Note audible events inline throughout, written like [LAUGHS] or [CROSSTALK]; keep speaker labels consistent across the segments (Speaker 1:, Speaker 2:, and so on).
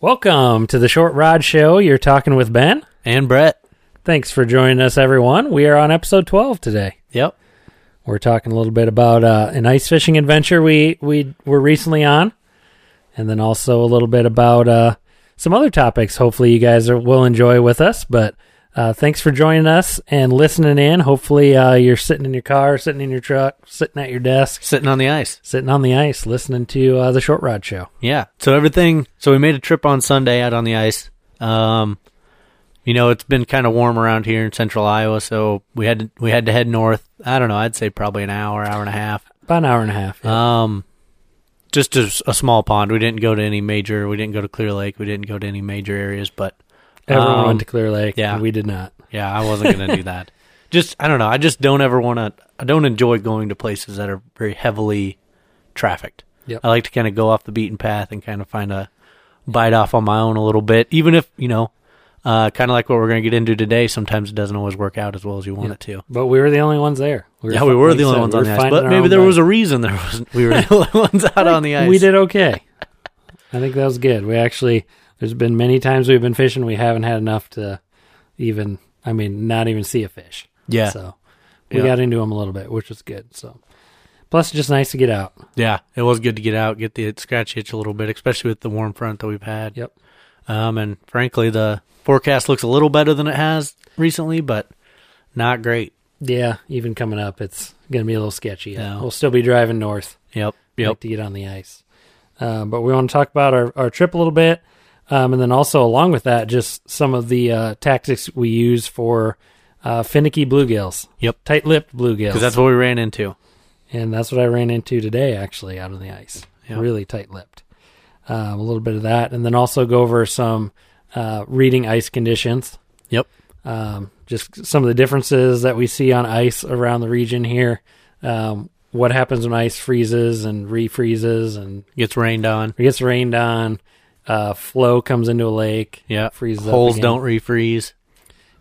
Speaker 1: Welcome to the Short Rod Show. You're talking with Ben.
Speaker 2: And Brett.
Speaker 1: Thanks for joining us, everyone. We are on episode 12 today.
Speaker 2: Yep.
Speaker 1: We're talking a little bit about uh, an ice fishing adventure we, we were recently on, and then also a little bit about uh, some other topics hopefully you guys are, will enjoy with us. But uh, thanks for joining us and listening in. Hopefully, uh, you're sitting in your car, sitting in your truck, sitting at your desk,
Speaker 2: Sitting on the ice.
Speaker 1: sitting on the ice, listening to uh, the Short Rod Show.
Speaker 2: Yeah. So everything. So we made a trip on Sunday out on the ice. Um, you know, it's been kind of warm around here in central Iowa, so we had to, we had to head north. I don't know. I'd say probably an hour, hour and a half.
Speaker 1: About an hour and a half. yeah.
Speaker 2: Um, just a, s- a small pond. We didn't go to any major. We didn't go to Clear Lake. We didn't go to any major areas. But
Speaker 1: Everyone
Speaker 2: um,
Speaker 1: went to Clear Lake.
Speaker 2: yeah.
Speaker 1: and we did not.
Speaker 2: yeah, I wasn't gonna do that. [LAUGHS] Just I don't know. I just don't ever want to. I don't enjoy going to places that are very heavily trafficked.
Speaker 1: Yep.
Speaker 2: I like to kind of go off the beaten path and kind of find a bite off on my own a little bit, even if you know, uh, kind of like what we're gonna get into today. Sometimes it doesn't always work out as well as you want it to.
Speaker 1: But we were the only ones there.
Speaker 2: yeah, we were
Speaker 1: like
Speaker 2: the
Speaker 1: you
Speaker 2: only
Speaker 1: said,
Speaker 2: ones
Speaker 1: we
Speaker 2: on
Speaker 1: were
Speaker 2: the ice,
Speaker 1: finding
Speaker 2: but
Speaker 1: our
Speaker 2: maybe
Speaker 1: own
Speaker 2: there
Speaker 1: way.
Speaker 2: was a reason there wasn't.
Speaker 1: [LAUGHS]
Speaker 2: We were the only ones out on the ice.
Speaker 1: We did okay. I think that was good. We actually, there's been many times we've been fishing, we haven't had enough to even, I mean, not even see a fish.
Speaker 2: Yeah.
Speaker 1: So we
Speaker 2: Yeah.
Speaker 1: got into them a little bit, which was good. So plus, it's just nice to get out.
Speaker 2: Yeah, it was good to get out, get the scratch itch a little bit, especially with the warm front that we've had.
Speaker 1: Yep.
Speaker 2: Um, and frankly, the forecast looks a little better than it has recently, but not great.
Speaker 1: Yeah, even coming up, it's going to be a little sketchy.
Speaker 2: Yeah.
Speaker 1: We'll still be driving north.
Speaker 2: Yep.
Speaker 1: like to get on the ice. Uh, but we want to talk about our, our trip a little bit. Um, and then also, along with that, just some of the uh, tactics we use for uh, finicky bluegills.
Speaker 2: Yep.
Speaker 1: Tight lipped bluegills.
Speaker 2: Because that's what we ran into.
Speaker 1: and that's what I ran into today, actually, out on the ice.
Speaker 2: Yeah.
Speaker 1: Really tight lipped. Um, a little bit of that. And then also go over some uh, reading ice conditions.
Speaker 2: Yep.
Speaker 1: Um, just some of the differences that we see on ice around the region here. Um, what happens when ice freezes and refreezes and
Speaker 2: Gets rained on.
Speaker 1: it gets rained on. Uh, flow comes into a lake.
Speaker 2: Yeah.
Speaker 1: Freezes up
Speaker 2: Holes
Speaker 1: again.
Speaker 2: don't refreeze.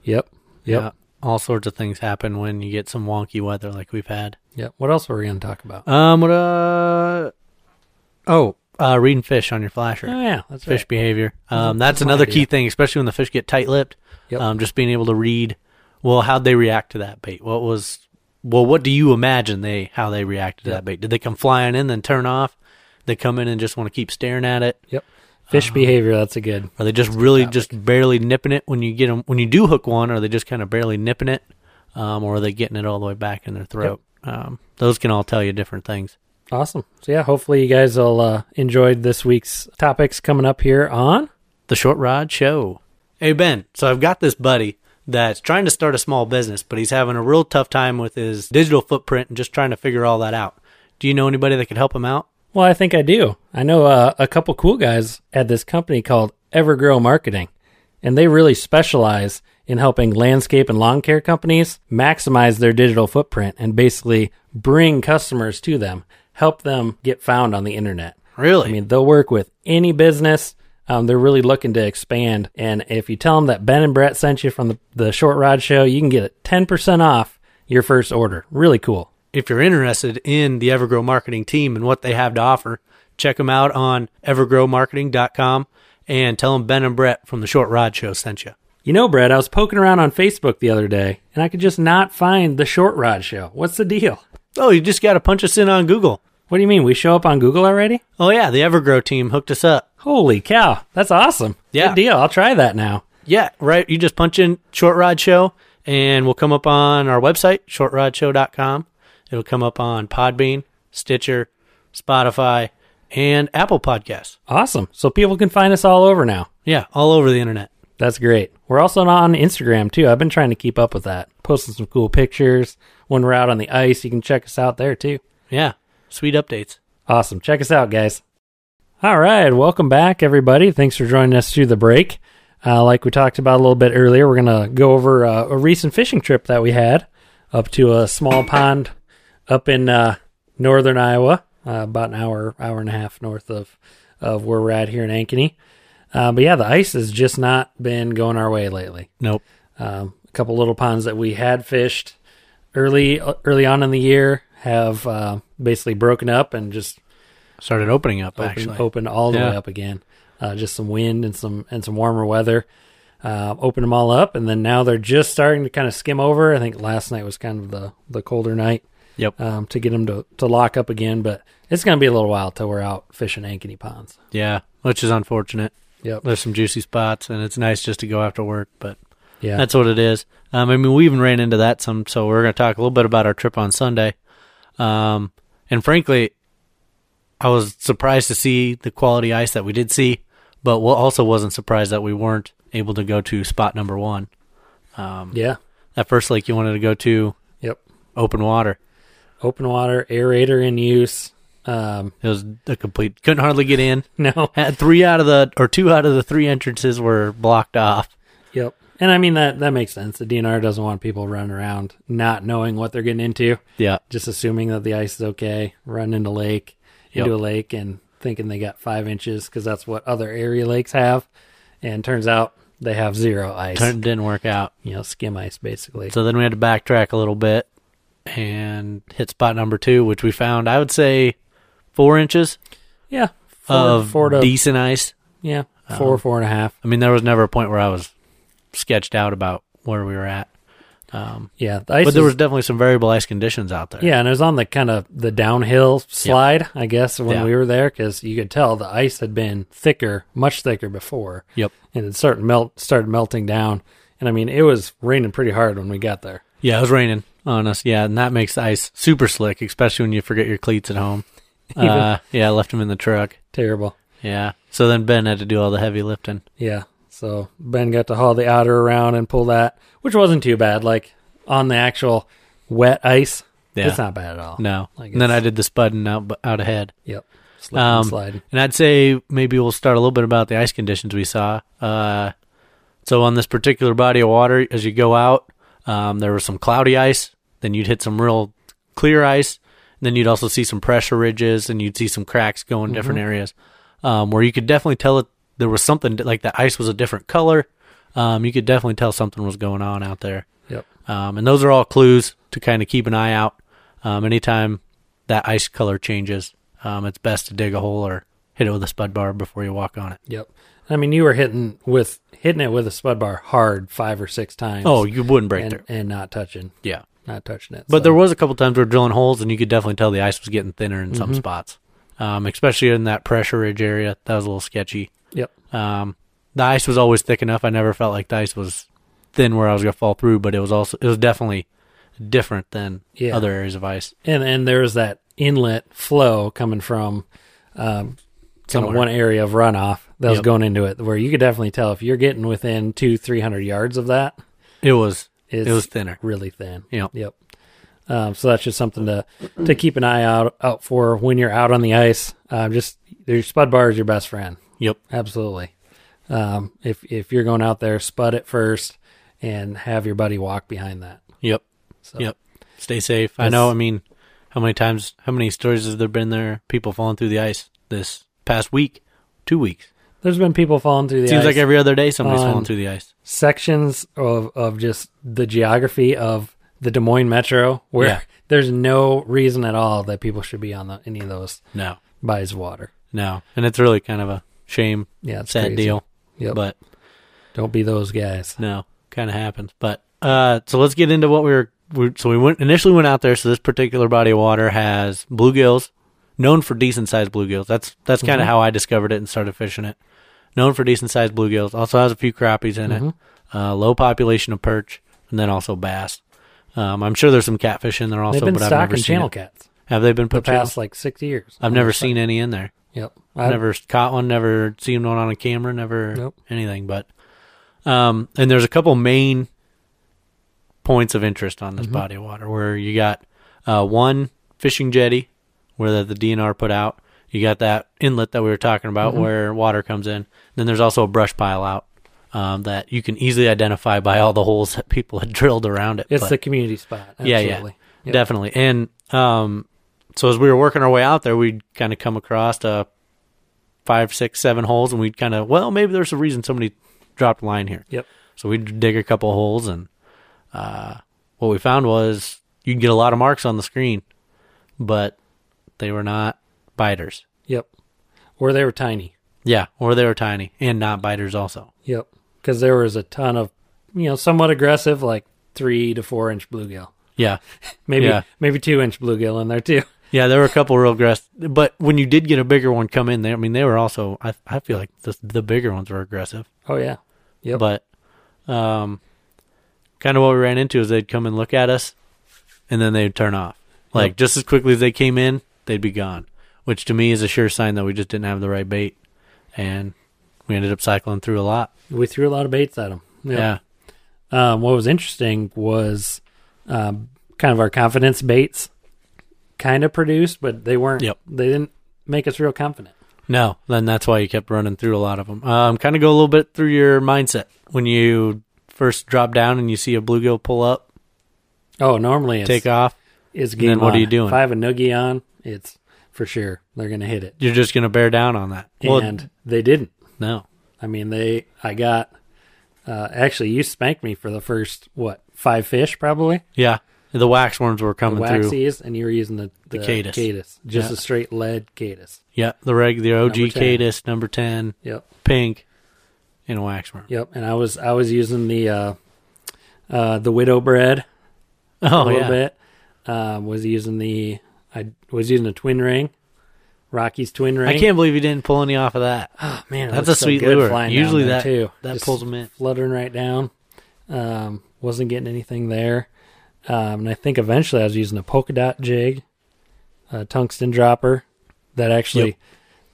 Speaker 1: Yep. Yep.
Speaker 2: Yeah. All sorts of things happen when you get some wonky weather like we've had.
Speaker 1: Yep. What else were we going to talk about?
Speaker 2: Um, what, uh, oh, uh, reading fish on your flasher.
Speaker 1: Oh yeah, that's
Speaker 2: fish
Speaker 1: right.
Speaker 2: behavior.
Speaker 1: That's
Speaker 2: Um, that's
Speaker 1: a- that's my
Speaker 2: another
Speaker 1: idea.
Speaker 2: key thing, especially when the fish get tight-lipped.
Speaker 1: Yep.
Speaker 2: Um, just being able to read, well, how'd they react to that bait? What was, well, what do you imagine they how they reacted to
Speaker 1: Yep.
Speaker 2: that bait? Did they come flying in, then turn off? They come in and just want to keep staring at it.
Speaker 1: Fish behavior. That's a good.
Speaker 2: Are they just really just barely nipping it when you get them when you do hook one? Are they just kind of barely nipping it, um, or are they getting it all the way back in their throat? Um, those can all tell you different things.
Speaker 1: Awesome. So yeah, hopefully you guys will uh, enjoyed this week's topics coming up here on.
Speaker 2: The Short Rod Show. Hey, Ben. So I've got this buddy that's trying to start a small business, but he's having a real tough time with his digital footprint and just trying to figure all that out. Do you know anybody that could help him out?
Speaker 1: Well, I think I do. I know uh, a couple cool guys at this company called Evergrow Marketing, and they really specialize in helping landscape and lawn care companies maximize their digital footprint and basically bring customers to them, help them get found on the internet.
Speaker 2: Really?
Speaker 1: I mean, they'll work with any business. Um, they're really looking to expand. And if you tell them that Ben and Brett sent you from the, the Short Rod Show, you can get it 10% off your first order. Really cool.
Speaker 2: if you're interested in the Evergrow marketing team and what they have to offer, check them out on evergrowmarketing.com and tell them Ben and Brett from the Short Rod Show sent you.
Speaker 1: You know, Brad, I was poking around on Facebook the other day and I could just not find the short rod show. What's the deal?
Speaker 2: Oh, you just got to punch us in on Google.
Speaker 1: What do you mean? We show up on Google already?
Speaker 2: Oh, yeah. The Evergrow team hooked us up.
Speaker 1: Holy cow. That's awesome.
Speaker 2: Yeah.
Speaker 1: Good deal. I'll try that now.
Speaker 2: Yeah, right. You just punch in Short Rod Show, and we'll come up on our website, shortrodshow.com. It'll come up on Podbean, Stitcher, Spotify, and Apple Podcasts.
Speaker 1: Awesome. So people can find us all over now.
Speaker 2: Yeah, all over the internet.
Speaker 1: That's great. We're also on Instagram too. I've been trying to keep up with that. Posting some cool pictures. When we're out on the ice, you can check us out there too.
Speaker 2: Yeah, sweet updates.
Speaker 1: Awesome. Check us out, guys. All right. Welcome back, everybody. Thanks for joining us through the break. Uh, like we talked about a little bit earlier, we're going to go over uh, a recent fishing trip that we had up to a small pond up in uh, northern Iowa, uh, about an hour, hour and a half north of, of where we're at here in Ankeny. Uh, but yeah, the ice has just not been going our way lately
Speaker 2: Nope.
Speaker 1: um, a couple little ponds that we had fished early early on in the year have uh, basically broken up and just
Speaker 2: Started opening Oh, up,
Speaker 1: opened,
Speaker 2: actually.
Speaker 1: opened all the
Speaker 2: Yeah.
Speaker 1: way up again. uh, just some wind and some and some warmer weather. Uh, open them all up, and then now they're just starting to kind of skim over. I think last night was kind of the the colder night
Speaker 2: Yep.
Speaker 1: um, to get them to, to lock up again, but it's going to be a little while till we're out fishing ankeny ponds.
Speaker 2: Yeah, which is unfortunate.
Speaker 1: Yep.
Speaker 2: There's some juicy spots, and it's nice just to go after work, but
Speaker 1: Yeah.
Speaker 2: that's what it is. Um, I mean, we even ran into that some, so we're going to talk a little bit about our trip on Sunday. Um, and frankly, I was surprised to see the quality ice that we did see, but wa- also wasn't surprised that we weren't able to go to spot number one. Um,
Speaker 1: yeah.
Speaker 2: That first lake you wanted to go to,
Speaker 1: Yep.
Speaker 2: open water.
Speaker 1: Open water, aerator in use. Um, [LAUGHS]
Speaker 2: It was a complete, couldn't hardly get in.
Speaker 1: no.
Speaker 2: Had three out of the, or two out of the three entrances were blocked off.
Speaker 1: Yep. And I mean, that, that makes sense. The DNR doesn't want people running around not knowing what they're getting into,
Speaker 2: Yeah.
Speaker 1: just assuming that the ice is okay, run into lake,
Speaker 2: Yep.
Speaker 1: into a lake, and thinking they got five inches because that's what other area lakes have. And turns out they have zero ice,
Speaker 2: Turn, didn't work out.
Speaker 1: you know, skim ice basically.
Speaker 2: So then we had to backtrack a little bit and hit spot number two, which we found, I would say, four inches
Speaker 1: yeah. Four,
Speaker 2: of
Speaker 1: four to,
Speaker 2: decent ice.
Speaker 1: yeah,
Speaker 2: uh,
Speaker 1: four, four and a half.
Speaker 2: I mean, there was never a point where I was sketched out about where we were at. Um,
Speaker 1: Yeah, the ice
Speaker 2: but there
Speaker 1: is-
Speaker 2: was definitely some variable ice conditions out there.
Speaker 1: yeah, and it was on the kind of the downhill slide, I guess, when
Speaker 2: Yeah.
Speaker 1: we were there because you could tell the ice had been thicker, much thicker before,
Speaker 2: Yep.
Speaker 1: and it started melt started melting down. And I mean, it was raining pretty hard when we got there.
Speaker 2: Yeah, it was raining on us. Yeah, and that makes the ice super slick, especially when you forget your cleats
Speaker 1: [LAUGHS]
Speaker 2: at home. Uh, yeah, I left them in the truck.
Speaker 1: Terrible.
Speaker 2: Yeah. So then Ben had to do all the heavy lifting.
Speaker 1: Yeah. So Ben got to haul the otter around and pull that, which wasn't too bad. Like on the actual wet ice,
Speaker 2: Yeah.
Speaker 1: it's not bad at all.
Speaker 2: No.
Speaker 1: I
Speaker 2: And then
Speaker 1: guess.
Speaker 2: I did the spudding out out ahead.
Speaker 1: Yep. Slipping and
Speaker 2: Um,
Speaker 1: sliding.
Speaker 2: And I'd say maybe we'll start a little bit about the ice conditions we saw. Uh, so on this particular body of water, as you go out, um, there was some cloudy ice. Then you'd hit some real clear ice. And then you'd also see some pressure ridges, and you'd see some cracks going different areas, um, where you could definitely tell it there was something like the ice was a different color. Um, you could definitely tell something was going on out there.
Speaker 1: Yep.
Speaker 2: Um, and those are all clues to kind of keep an eye out. Um, anytime that ice color changes, um, it's best to dig a hole or hit it with a spud bar before you walk on it.
Speaker 1: Yep. I mean, you were hitting with hitting it with a spud bar hard five or six times.
Speaker 2: Oh, you wouldn't break
Speaker 1: and,
Speaker 2: through.
Speaker 1: and not touching,
Speaker 2: Yeah.
Speaker 1: not touching it.
Speaker 2: But
Speaker 1: so-
Speaker 2: there was a couple times we were drilling holes, and you could definitely tell the ice was getting thinner in some spots, um, especially in that pressure ridge area. That was a little sketchy.
Speaker 1: yep,
Speaker 2: Um, the ice was always thick enough. I never felt like the ice was thin where I was going to fall through, but it was also it was definitely different than
Speaker 1: Yeah.
Speaker 2: other areas of ice.
Speaker 1: and and there was that inlet flow coming from um, kind of
Speaker 2: Somewhere.
Speaker 1: one area of runoff that was
Speaker 2: Yep.
Speaker 1: going into it, where you could definitely tell if you're getting within two, three hundred yards of that,
Speaker 2: It was
Speaker 1: it's
Speaker 2: it was thinner.
Speaker 1: really thin.
Speaker 2: Yep.
Speaker 1: Yep. Um, so that's just something to to keep an eye out out for when you're out on the ice. Uh, just your spud bar is your best friend.
Speaker 2: Yep.
Speaker 1: Absolutely. Um, if if you're going out there, spud it first, and have your buddy walk behind that.
Speaker 2: Yep.
Speaker 1: So
Speaker 2: Yep. Stay safe. I
Speaker 1: That's-
Speaker 2: know. I mean, how many times, how many stories have there been there? People falling through the ice this past week, two weeks.
Speaker 1: there's been people falling through the
Speaker 2: Seems
Speaker 1: ice.
Speaker 2: like every other day somebody's
Speaker 1: On-
Speaker 2: falling through the ice.
Speaker 1: sections of of just the geography of the Des Moines metro where
Speaker 2: Yeah.
Speaker 1: [LAUGHS] there's no reason at all that people should be on the, any of those
Speaker 2: No,
Speaker 1: bodies of water.
Speaker 2: no. And it's really kind of a shame,
Speaker 1: Yeah, it's
Speaker 2: sad
Speaker 1: crazy.
Speaker 2: deal.
Speaker 1: Yep.
Speaker 2: But
Speaker 1: Don't be those guys.
Speaker 2: no, kind of happens. But uh, so let's get into what we were. We, so we went initially went out there. So this particular body of water has bluegills, known for decent sized bluegills. That's that's kind of
Speaker 1: Mhm.
Speaker 2: how I discovered it and started fishing it. Known for decent sized bluegills. Also has a few crappies in
Speaker 1: Mhm.
Speaker 2: it. Uh, low population of perch, and then also bass. Um, I'm sure there's some catfish in there also,
Speaker 1: They've been
Speaker 2: but I've never
Speaker 1: stocking
Speaker 2: seen
Speaker 1: channel
Speaker 2: it.
Speaker 1: cats
Speaker 2: Have they been
Speaker 1: for the
Speaker 2: put channel?
Speaker 1: past like six years.
Speaker 2: I've never seen any in there.
Speaker 1: Yep.
Speaker 2: I've
Speaker 1: I,
Speaker 2: never caught one, never seen one on a camera, never
Speaker 1: Nope.
Speaker 2: anything. But um, and there's a couple main points of interest on
Speaker 1: Mm-hmm.
Speaker 2: this body of water where you got uh, one fishing jetty where the, the DNR put out. You got that inlet that we were talking about
Speaker 1: Mm-hmm.
Speaker 2: where water comes in. Then there's also a brush pile out um, that you can easily identify by all the holes that people had drilled around it.
Speaker 1: It's
Speaker 2: But-
Speaker 1: the community spot. Absolutely.
Speaker 2: Yeah, yeah.
Speaker 1: Yep.
Speaker 2: Definitely. And um, so as we were working our way out there, we'd kind of come across uh, five, six, seven holes, and we'd kind of, well, maybe there's a reason somebody dropped a line here.
Speaker 1: Yep.
Speaker 2: So we'd dig a couple holes, and uh, what we found was you'd get a lot of marks on the screen, but they were not biters.
Speaker 1: Yep. Or they were tiny.
Speaker 2: Yeah, or they were tiny and not biters also.
Speaker 1: Yep. Because there was a ton of, you know, somewhat aggressive, like three to four inch bluegill,
Speaker 2: Yeah. [LAUGHS]
Speaker 1: maybe
Speaker 2: Yeah.
Speaker 1: maybe two inch bluegill in there too. [LAUGHS]
Speaker 2: Yeah, there were a couple real aggressive, but when you did get a bigger one come in there, I mean, they were also. I I feel like the the bigger ones were aggressive,
Speaker 1: Oh yeah. Yep.
Speaker 2: but um, kind of what we ran into is they'd come and look at us, and then they'd turn off. Like
Speaker 1: Yep.
Speaker 2: just as quickly as they came in, they'd be gone, which to me is a sure sign that we just didn't have the right bait, and we ended up cycling through a lot.
Speaker 1: We threw a lot of baits at them.
Speaker 2: Yeah,
Speaker 1: Um, what was interesting was um, kind of our confidence baits kind of produced, but they weren't.
Speaker 2: Yep.
Speaker 1: They didn't make us real confident.
Speaker 2: no, then that's why you kept running through a lot of them. Um, kind of go a little bit through your mindset when you first drop down and you see a bluegill pull up,
Speaker 1: Oh, normally it's
Speaker 2: take off.
Speaker 1: It's game
Speaker 2: then what are
Speaker 1: on.
Speaker 2: you doing?
Speaker 1: If I have a noogie on, it's for sure they're going to hit it.
Speaker 2: you're just going to bear down on that.
Speaker 1: and they didn't.
Speaker 2: no.
Speaker 1: I mean, they. I got. Uh, actually, you spanked me for the first what five fish probably
Speaker 2: Yeah. The wax worms were
Speaker 1: the
Speaker 2: coming through.
Speaker 1: waxies, and you were using the the,
Speaker 2: Cadus.
Speaker 1: just
Speaker 2: Yeah.
Speaker 1: a straight lead cadus.
Speaker 2: Yeah. The reg, the OG
Speaker 1: Number 10.
Speaker 2: Cadus, number 10,
Speaker 1: Yep,
Speaker 2: pink, and a wax worm.
Speaker 1: yep. And I was I was using the uh, uh, the widow bread
Speaker 2: Oh,
Speaker 1: a little
Speaker 2: yeah.
Speaker 1: bit. Um, was using the I was using a twin ring, Rocky's twin ring.
Speaker 2: I can't believe you didn't pull any off of that.
Speaker 1: Oh man, it
Speaker 2: That's
Speaker 1: looks
Speaker 2: a sweet
Speaker 1: so good
Speaker 2: lure.
Speaker 1: flying
Speaker 2: Usually
Speaker 1: down there,
Speaker 2: that-
Speaker 1: too.
Speaker 2: that
Speaker 1: Just
Speaker 2: pulls 'em in.
Speaker 1: fluttering right down. Um, wasn't getting anything there, um, and I think eventually I was using a polka dot jig, a tungsten dropper, that actually
Speaker 2: Yep.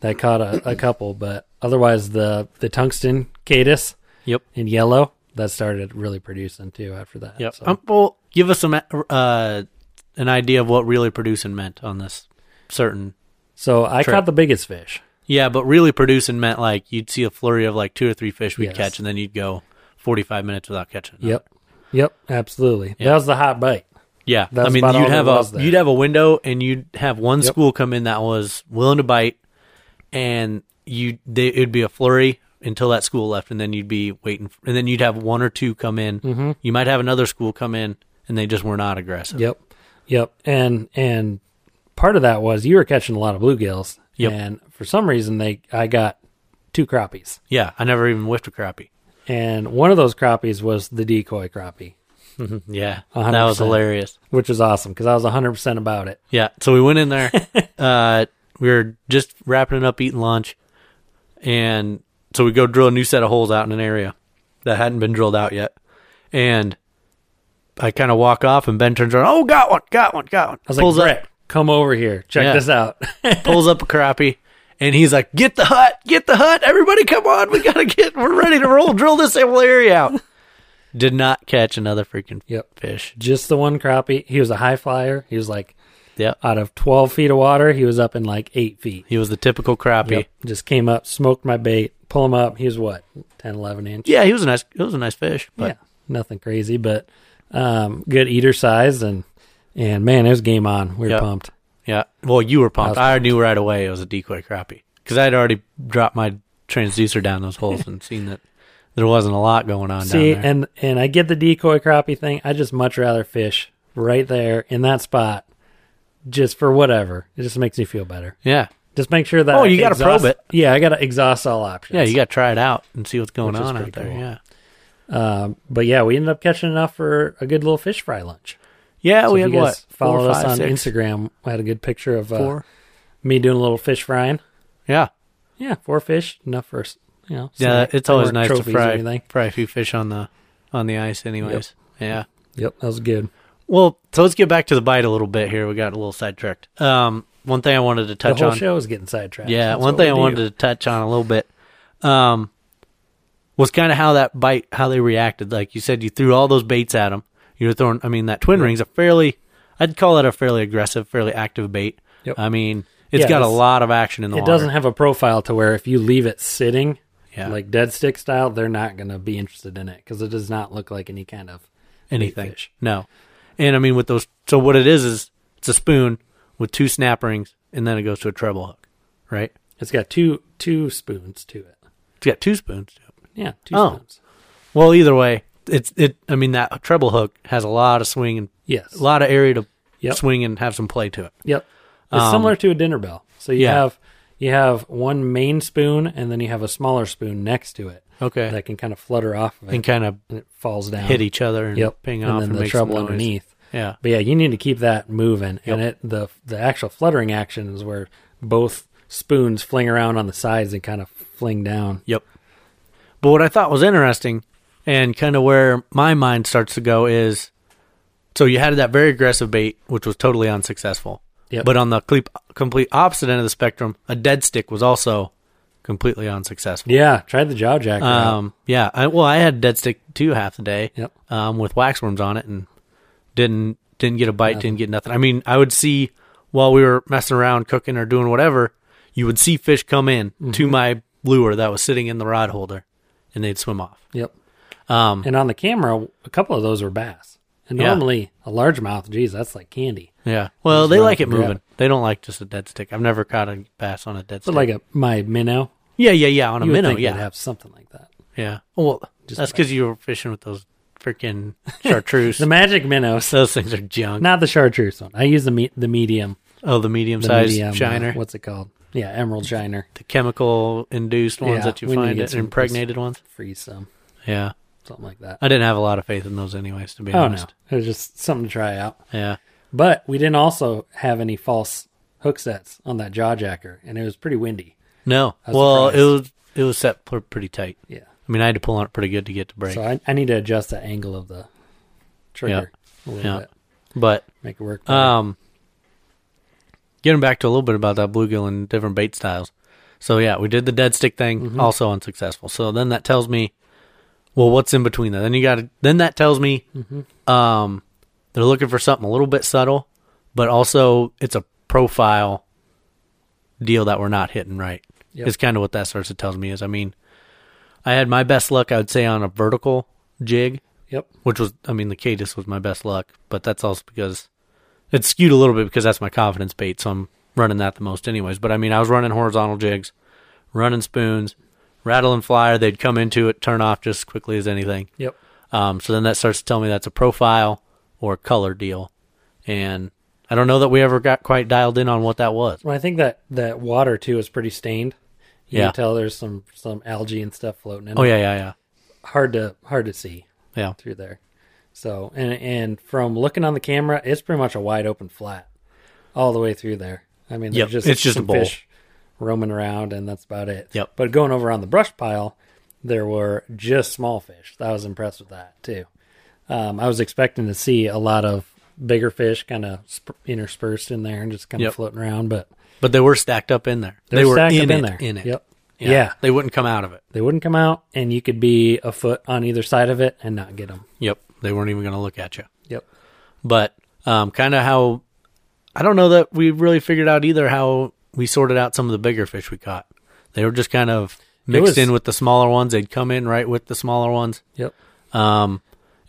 Speaker 1: that caught a, a couple, but otherwise the the tungsten cadus
Speaker 2: Yep.
Speaker 1: in yellow that started really producing too after that.
Speaker 2: Yep.
Speaker 1: so.
Speaker 2: Um, well, give us some, uh, an idea of what really producing meant on this certain.
Speaker 1: So I
Speaker 2: Trip.
Speaker 1: caught the biggest fish.
Speaker 2: Yeah, but really producing meant like you'd see a flurry of like two or three fish we'd
Speaker 1: Yes.
Speaker 2: catch, and then you'd go 45 minutes without catching. another.
Speaker 1: Yep, yep, absolutely. That
Speaker 2: Yeah.
Speaker 1: was the hot bite.
Speaker 2: Yeah,
Speaker 1: That's
Speaker 2: I mean,
Speaker 1: about all
Speaker 2: you'd
Speaker 1: there
Speaker 2: have
Speaker 1: was
Speaker 2: a
Speaker 1: there.
Speaker 2: you'd have a window, and you'd have one
Speaker 1: Yep.
Speaker 2: school come in that was willing to bite, and you they, it'd be a flurry until that school left, and then you'd be waiting, f- and then you'd have one or two come in. Mm-hmm. You might have another school come in, and they just were not aggressive.
Speaker 1: Yep. Yep. And and part of that was you were catching a lot of bluegills.
Speaker 2: Yep.
Speaker 1: And for some reason they I got two crappies.
Speaker 2: Yeah, I never even whiffed a crappie.
Speaker 1: And one of those crappies was the decoy crappie,
Speaker 2: Yeah,
Speaker 1: hundred
Speaker 2: that was
Speaker 1: percent.
Speaker 2: hilarious.
Speaker 1: which was awesome because I was 100% about it.
Speaker 2: Yeah. So we went
Speaker 1: [LAUGHS]
Speaker 2: in there. uh, we were just wrapping it up, eating lunch. And so we go drill a new set of holes out in an area that hadn't been drilled out yet. And I kind of walk off, and Ben turns around. Oh, got one, got one, got one.
Speaker 1: I was like, Brett, come over here. Check
Speaker 2: Yeah.
Speaker 1: this out. [LAUGHS]
Speaker 2: up, pulls up a crappie, and he's like, "Get the hut, get the hut, everybody, come on, we gotta get, we're ready to roll, drill this whole area out." [LAUGHS] Did not catch another freaking
Speaker 1: Yep.
Speaker 2: fish.
Speaker 1: Just the one crappie. He was a high flyer. He was like
Speaker 2: Yep,
Speaker 1: out of 12 feet of water, he was up in like eight feet.
Speaker 2: he was the typical crappie.
Speaker 1: Yep. Just came up, smoked my bait, pull him up. He was what, 10, 11 inch?
Speaker 2: Yeah, he was a nice, it was a nice fish. But
Speaker 1: yeah, nothing crazy, but um, good eater size and and man, it was game on. We were
Speaker 2: Yeah.
Speaker 1: pumped.
Speaker 2: Yeah. Well, you were pumped.
Speaker 1: was
Speaker 2: I, knew right away it was a decoy crappie because I'd already dropped my transducer down those holes and seen that there wasn't a lot going on
Speaker 1: See,
Speaker 2: down there.
Speaker 1: and and I get the decoy crappie thing. I just much rather fish right there in that spot, just for whatever. It just makes me feel better.
Speaker 2: yeah.
Speaker 1: Just make sure that
Speaker 2: Oh,
Speaker 1: I
Speaker 2: you gotta
Speaker 1: exhaust-
Speaker 2: probe it.
Speaker 1: Yeah, I gotta exhaust all options.
Speaker 2: Yeah. You got to try it out and see what's going
Speaker 1: Which is
Speaker 2: on out
Speaker 1: pretty
Speaker 2: there.
Speaker 1: cool.
Speaker 2: Yeah.
Speaker 1: Um, but yeah, we ended up catching enough for a good little fish fry lunch.
Speaker 2: Yeah.
Speaker 1: So
Speaker 2: Oh, we
Speaker 1: if
Speaker 2: had
Speaker 1: you guys
Speaker 2: what?
Speaker 1: Followed
Speaker 2: Four,
Speaker 1: us
Speaker 2: five,
Speaker 1: on
Speaker 2: six,
Speaker 1: Instagram. I had a good picture of uh,
Speaker 2: Four.
Speaker 1: me doing a little fish frying.
Speaker 2: Yeah.
Speaker 1: Yeah, four fish enough for s- you know.
Speaker 2: Yeah.
Speaker 1: snack.
Speaker 2: It's
Speaker 1: They
Speaker 2: always
Speaker 1: weren't
Speaker 2: nice to
Speaker 1: trophies or
Speaker 2: fry,
Speaker 1: anything.
Speaker 2: fry a few fish on the, on the ice anyways. Yeah.
Speaker 1: Yep, that was good.
Speaker 2: Well, so let's get back to the bite a little bit here. We got a little sidetracked. Um, one thing I wanted to touch
Speaker 1: the whole
Speaker 2: on.
Speaker 1: show is getting sidetracked.
Speaker 2: Yeah,
Speaker 1: That's
Speaker 2: one
Speaker 1: what we
Speaker 2: thing I
Speaker 1: do.
Speaker 2: wanted to touch on a little bit um, was kind of how that bite, how they reacted. Like you said, you threw all those baits at them. You were throwing. I mean, that twin ring's a fairly, I'd call it a fairly aggressive, fairly active bait.
Speaker 1: Yep.
Speaker 2: I mean, it's
Speaker 1: Yeah,
Speaker 2: got a
Speaker 1: it's-
Speaker 2: lot of action in the
Speaker 1: It
Speaker 2: water.
Speaker 1: doesn't have a profile to where if you leave it sitting,
Speaker 2: Yeah.
Speaker 1: like dead stick style, they're not going to be interested in it because it does not look like any kind of
Speaker 2: anything.
Speaker 1: fish.
Speaker 2: No, and I mean with those. So what it is is it's a spoon with two snap rings, and then it goes to a treble hook, right?
Speaker 1: It's got two two spoons to it.
Speaker 2: It's got two spoons.
Speaker 1: Yeah, two
Speaker 2: Oh.
Speaker 1: spoons.
Speaker 2: Well, either way, it's it. I mean that treble hook has a lot of swing and
Speaker 1: Yes.
Speaker 2: a lot of area to
Speaker 1: Yep.
Speaker 2: swing and have some play to it.
Speaker 1: Yep. It's
Speaker 2: Um,
Speaker 1: similar to a dinner bell. So you
Speaker 2: yeah.
Speaker 1: have You have one main spoon, and then you have a smaller spoon next to it
Speaker 2: Okay.
Speaker 1: that can kind of flutter off of it,
Speaker 2: and kind of
Speaker 1: and it falls down.
Speaker 2: hit each other and
Speaker 1: Yep.
Speaker 2: ping
Speaker 1: and
Speaker 2: off
Speaker 1: then
Speaker 2: and
Speaker 1: the
Speaker 2: make some
Speaker 1: trouble
Speaker 2: noise.
Speaker 1: underneath.
Speaker 2: Yeah.
Speaker 1: But yeah, you need to keep that moving, and it the the actual fluttering action is where both spoons fling around on the sides and kind of fling down.
Speaker 2: Yep. But what I thought was interesting and kind of where my mind starts to go is so you had that very aggressive bait, which was totally unsuccessful.
Speaker 1: Yep.
Speaker 2: But on the cle- complete opposite end of the spectrum, a dead stick was also completely unsuccessful.
Speaker 1: Yeah, try the jaw jack. route.
Speaker 2: Um, yeah. I, well, I had a dead stick too half the day
Speaker 1: Yep.
Speaker 2: um, with waxworms on it and didn't didn't get a bite, didn't get nothing. I mean, I would see while we were messing around, cooking or doing whatever, you would see fish come in to
Speaker 1: Mm-hmm.
Speaker 2: my lure that was sitting in the rod holder, and they'd swim off.
Speaker 1: Yep.
Speaker 2: Um,
Speaker 1: And on the camera, a couple of those were bass. And
Speaker 2: Yeah.
Speaker 1: normally a largemouth, geez, that's like candy.
Speaker 2: yeah. Well, they
Speaker 1: run
Speaker 2: like
Speaker 1: up
Speaker 2: it
Speaker 1: and grab
Speaker 2: moving. They don't like just a dead stick. I've never caught a bass on a dead
Speaker 1: So
Speaker 2: stick.
Speaker 1: like a my minnow.
Speaker 2: yeah, yeah, yeah. On a
Speaker 1: you would
Speaker 2: minnow,
Speaker 1: think they'd
Speaker 2: yeah,
Speaker 1: have something like that.
Speaker 2: yeah. Well,
Speaker 1: Just
Speaker 2: that's because you were fishing with those
Speaker 1: [LAUGHS]
Speaker 2: freaking chartreuse.
Speaker 1: The magic minnows,
Speaker 2: those things are junk.
Speaker 1: not the chartreuse one. I use the me- the medium,
Speaker 2: Oh, the medium
Speaker 1: the
Speaker 2: sized
Speaker 1: medium, uh,
Speaker 2: shiner.
Speaker 1: what's it called? Yeah, emerald shiner.
Speaker 2: the chemical induced ones
Speaker 1: Yeah,
Speaker 2: that you
Speaker 1: we need to
Speaker 2: find
Speaker 1: get
Speaker 2: it
Speaker 1: some-
Speaker 2: impregnated ones.
Speaker 1: Freeze some,
Speaker 2: Yeah.
Speaker 1: something like that.
Speaker 2: I didn't have a lot of faith in those anyways, to be
Speaker 1: Oh no,
Speaker 2: honest.
Speaker 1: it was just something to try out.
Speaker 2: Yeah.
Speaker 1: But we didn't also have any false hook sets on that jaw jacker, and it was pretty windy.
Speaker 2: No.
Speaker 1: was
Speaker 2: Well, it
Speaker 1: surprised.
Speaker 2: was it was set pr- pretty tight.
Speaker 1: Yeah,
Speaker 2: I mean, I had to pull on it pretty good to get to break.
Speaker 1: so I, I need to adjust the angle of the trigger a little
Speaker 2: Yeah.
Speaker 1: bit,
Speaker 2: But
Speaker 1: make it work. better.
Speaker 2: um getting back to a little bit about that bluegill and different bait styles. So yeah, we did the dead stick thing, also unsuccessful. So then that tells me well, what's in between that? Then you got to then that tells me um they're looking for something a little bit subtle, but also it's a profile deal that we're not hitting right.
Speaker 1: Yep.
Speaker 2: Is kind of what that starts to tells me is I mean I had my best luck I would say on a vertical jig,
Speaker 1: yep.
Speaker 2: which was I mean the Cadus was my best luck, but that's also because it's skewed a little bit because that's my confidence bait, so I'm running that the most anyways. But I mean I was running horizontal jigs, running spoons, rattling flyer, they'd come into it, turn off just as quickly as anything.
Speaker 1: Yep.
Speaker 2: Um, so then that starts to tell me that's a profile or a color deal. And I don't know that we ever got quite dialed in on what that was.
Speaker 1: Well, I think that that water too is pretty stained. You
Speaker 2: Yeah.
Speaker 1: can tell there's some some algae and stuff floating in.
Speaker 2: Oh
Speaker 1: it.
Speaker 2: yeah, yeah, yeah.
Speaker 1: hard to hard to see
Speaker 2: Yeah.
Speaker 1: through there. So and and from looking on the camera, it's pretty much a wide open flat all the way through there. I mean,
Speaker 2: Yep,
Speaker 1: there's just
Speaker 2: it's just
Speaker 1: some
Speaker 2: a bowl.
Speaker 1: fish roaming around, and that's about it.
Speaker 2: Yep.
Speaker 1: But going over on the brush pile, there were just small fish. I was impressed with that too. Um, I was expecting to see a lot of bigger fish kind of sp- interspersed in there and just kind of
Speaker 2: Yep.
Speaker 1: floating around, but
Speaker 2: But they were stacked up in there. they
Speaker 1: they're
Speaker 2: were
Speaker 1: stacked
Speaker 2: in
Speaker 1: up in
Speaker 2: it,
Speaker 1: there.
Speaker 2: In it.
Speaker 1: Yep.
Speaker 2: Yeah.
Speaker 1: yeah.
Speaker 2: They wouldn't come out of it.
Speaker 1: They wouldn't come out, and you could be a foot on either side of it and not get them.
Speaker 2: Yep. They weren't even gonna look at you.
Speaker 1: Yep.
Speaker 2: But um kind of how I don't know that we really figured out either how we sorted out some of the bigger fish we caught. They were just kind of mixed
Speaker 1: was-
Speaker 2: in with the smaller ones. They'd come in right with the smaller ones.
Speaker 1: Yep.
Speaker 2: Um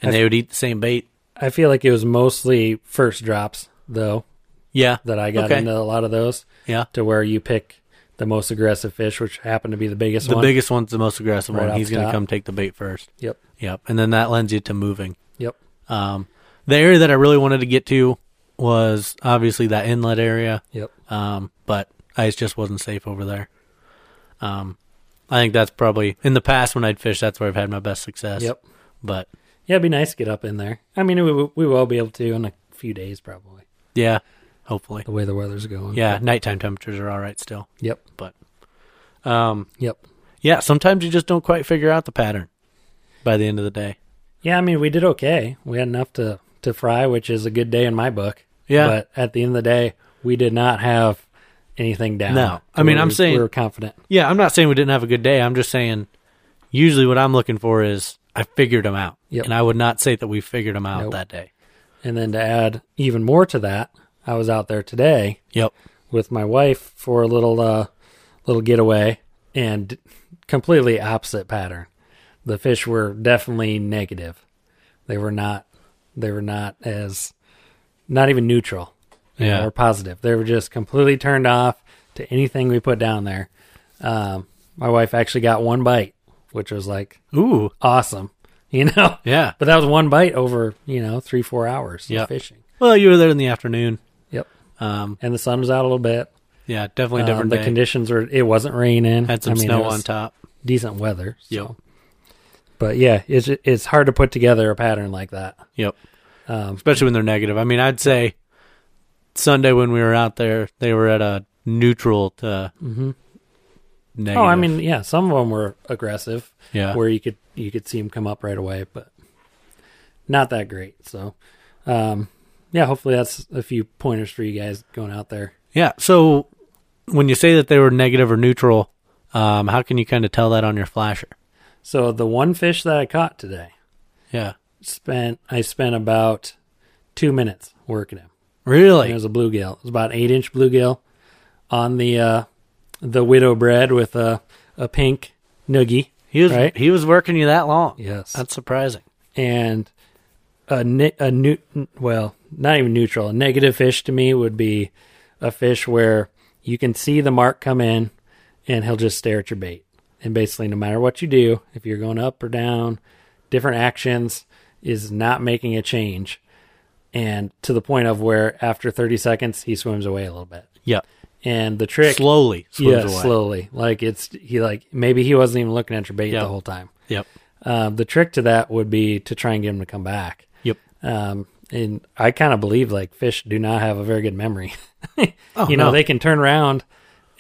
Speaker 2: and
Speaker 1: I-
Speaker 2: they would eat the same bait.
Speaker 1: I feel like it was mostly first drops, though,
Speaker 2: Yeah.
Speaker 1: that I got
Speaker 2: Okay.
Speaker 1: into a lot of those
Speaker 2: Yeah.
Speaker 1: to where you pick the most aggressive fish, which happened to be the biggest
Speaker 2: The
Speaker 1: one.
Speaker 2: biggest one's the most aggressive
Speaker 1: Right
Speaker 2: one.
Speaker 1: off
Speaker 2: He's
Speaker 1: the
Speaker 2: going to
Speaker 1: top.
Speaker 2: come take the bait first.
Speaker 1: Yep.
Speaker 2: Yep. And then that lends you to moving.
Speaker 1: Yep.
Speaker 2: Um, the area that I really wanted to get to was obviously that inlet area,
Speaker 1: Yep.
Speaker 2: um, but ice just wasn't safe over there. Um, I think that's probably in the past when I'd fish, that's where I've had my best success.
Speaker 1: Yep.
Speaker 2: But
Speaker 1: Yeah, it'd be nice to get up in there. I mean, we, w- we will be able to in a few days, probably,
Speaker 2: yeah, hopefully.
Speaker 1: the way the weather's going.
Speaker 2: Yeah, nighttime temperatures are all right still.
Speaker 1: Yep.
Speaker 2: Um,
Speaker 1: Yep.
Speaker 2: yeah, sometimes you just don't quite figure out the pattern by the end of the day.
Speaker 1: Yeah, I mean, we did okay. We had enough to, to fry, which is a good day in my book.
Speaker 2: Yeah.
Speaker 1: But at the end of the day, we did not have anything down.
Speaker 2: No.
Speaker 1: to
Speaker 2: I mean,
Speaker 1: where
Speaker 2: I'm
Speaker 1: we-
Speaker 2: saying-
Speaker 1: we were confident.
Speaker 2: Yeah, I'm not saying we didn't have a good day. I'm just saying usually what I'm looking for is I figured them out.
Speaker 1: Yep.
Speaker 2: And I would not say that we figured them out
Speaker 1: Nope.
Speaker 2: that day.
Speaker 1: And then to add even more to that, I was out there today
Speaker 2: Yep.
Speaker 1: with my wife for a little uh, little getaway, and completely opposite pattern. The fish were definitely negative. They were not. They were not as not even neutral. you know,
Speaker 2: Yeah.
Speaker 1: or positive. They were just completely turned off to anything we put down there. Um, my wife actually got one bite, which was like
Speaker 2: Ooh.
Speaker 1: awesome, [LAUGHS] you know.
Speaker 2: Yeah.
Speaker 1: But that was one bite over, you know, three, four hours
Speaker 2: Yeah.
Speaker 1: of fishing.
Speaker 2: Well, you were there in the afternoon.
Speaker 1: Yep.
Speaker 2: Um,
Speaker 1: And the sun was out a little bit.
Speaker 2: Yeah, definitely
Speaker 1: Uh,
Speaker 2: different
Speaker 1: the
Speaker 2: day.
Speaker 1: conditions were. It wasn't raining.
Speaker 2: Had some
Speaker 1: I mean, it
Speaker 2: snow
Speaker 1: was
Speaker 2: on top.
Speaker 1: Decent weather. So.
Speaker 2: Yep.
Speaker 1: But yeah, it's it's hard to put together a pattern like that.
Speaker 2: Yep.
Speaker 1: Um,
Speaker 2: Especially when they're negative. I mean, I'd say Sunday when we were out there, they were at a neutral to
Speaker 1: mhm.
Speaker 2: negative.
Speaker 1: Oh, I mean, yeah, some of them were aggressive.
Speaker 2: yeah.
Speaker 1: where you could you could see him come up right away, but not that great. So, um, yeah, hopefully that's a few pointers for you guys going out there.
Speaker 2: Yeah. So when you say that they were negative or neutral, um, how can you kind of tell that on your flasher?
Speaker 1: So the one fish that I caught today
Speaker 2: Yeah.
Speaker 1: spent I spent about two minutes working him. And
Speaker 2: Really?
Speaker 1: it was a bluegill. It was about an eight inch bluegill on the uh, the widow bread with a a pink noogie.
Speaker 2: He was
Speaker 1: right?
Speaker 2: he was working you that long.
Speaker 1: Yes,
Speaker 2: That's surprising.
Speaker 1: and a ne- a new well not even neutral a negative fish to me would be a fish where you can see the mark come in and he'll just stare at your bait and basically no matter what you do if you're going up or down different actions is not making a change and to the point of where after 30 seconds he swims away a little bit
Speaker 2: Yeah.
Speaker 1: and the trick
Speaker 2: Slowly swims
Speaker 1: yeah
Speaker 2: away.
Speaker 1: slowly like it's he like maybe he wasn't even looking at your bait
Speaker 2: Yeah.
Speaker 1: the whole time
Speaker 2: Yep.
Speaker 1: um, the trick to that would be to try and get him to come back
Speaker 2: Yep.
Speaker 1: um, and I kind of believe like fish do not have a very good memory. [LAUGHS]
Speaker 2: Oh,
Speaker 1: you know,
Speaker 2: no.
Speaker 1: they can turn around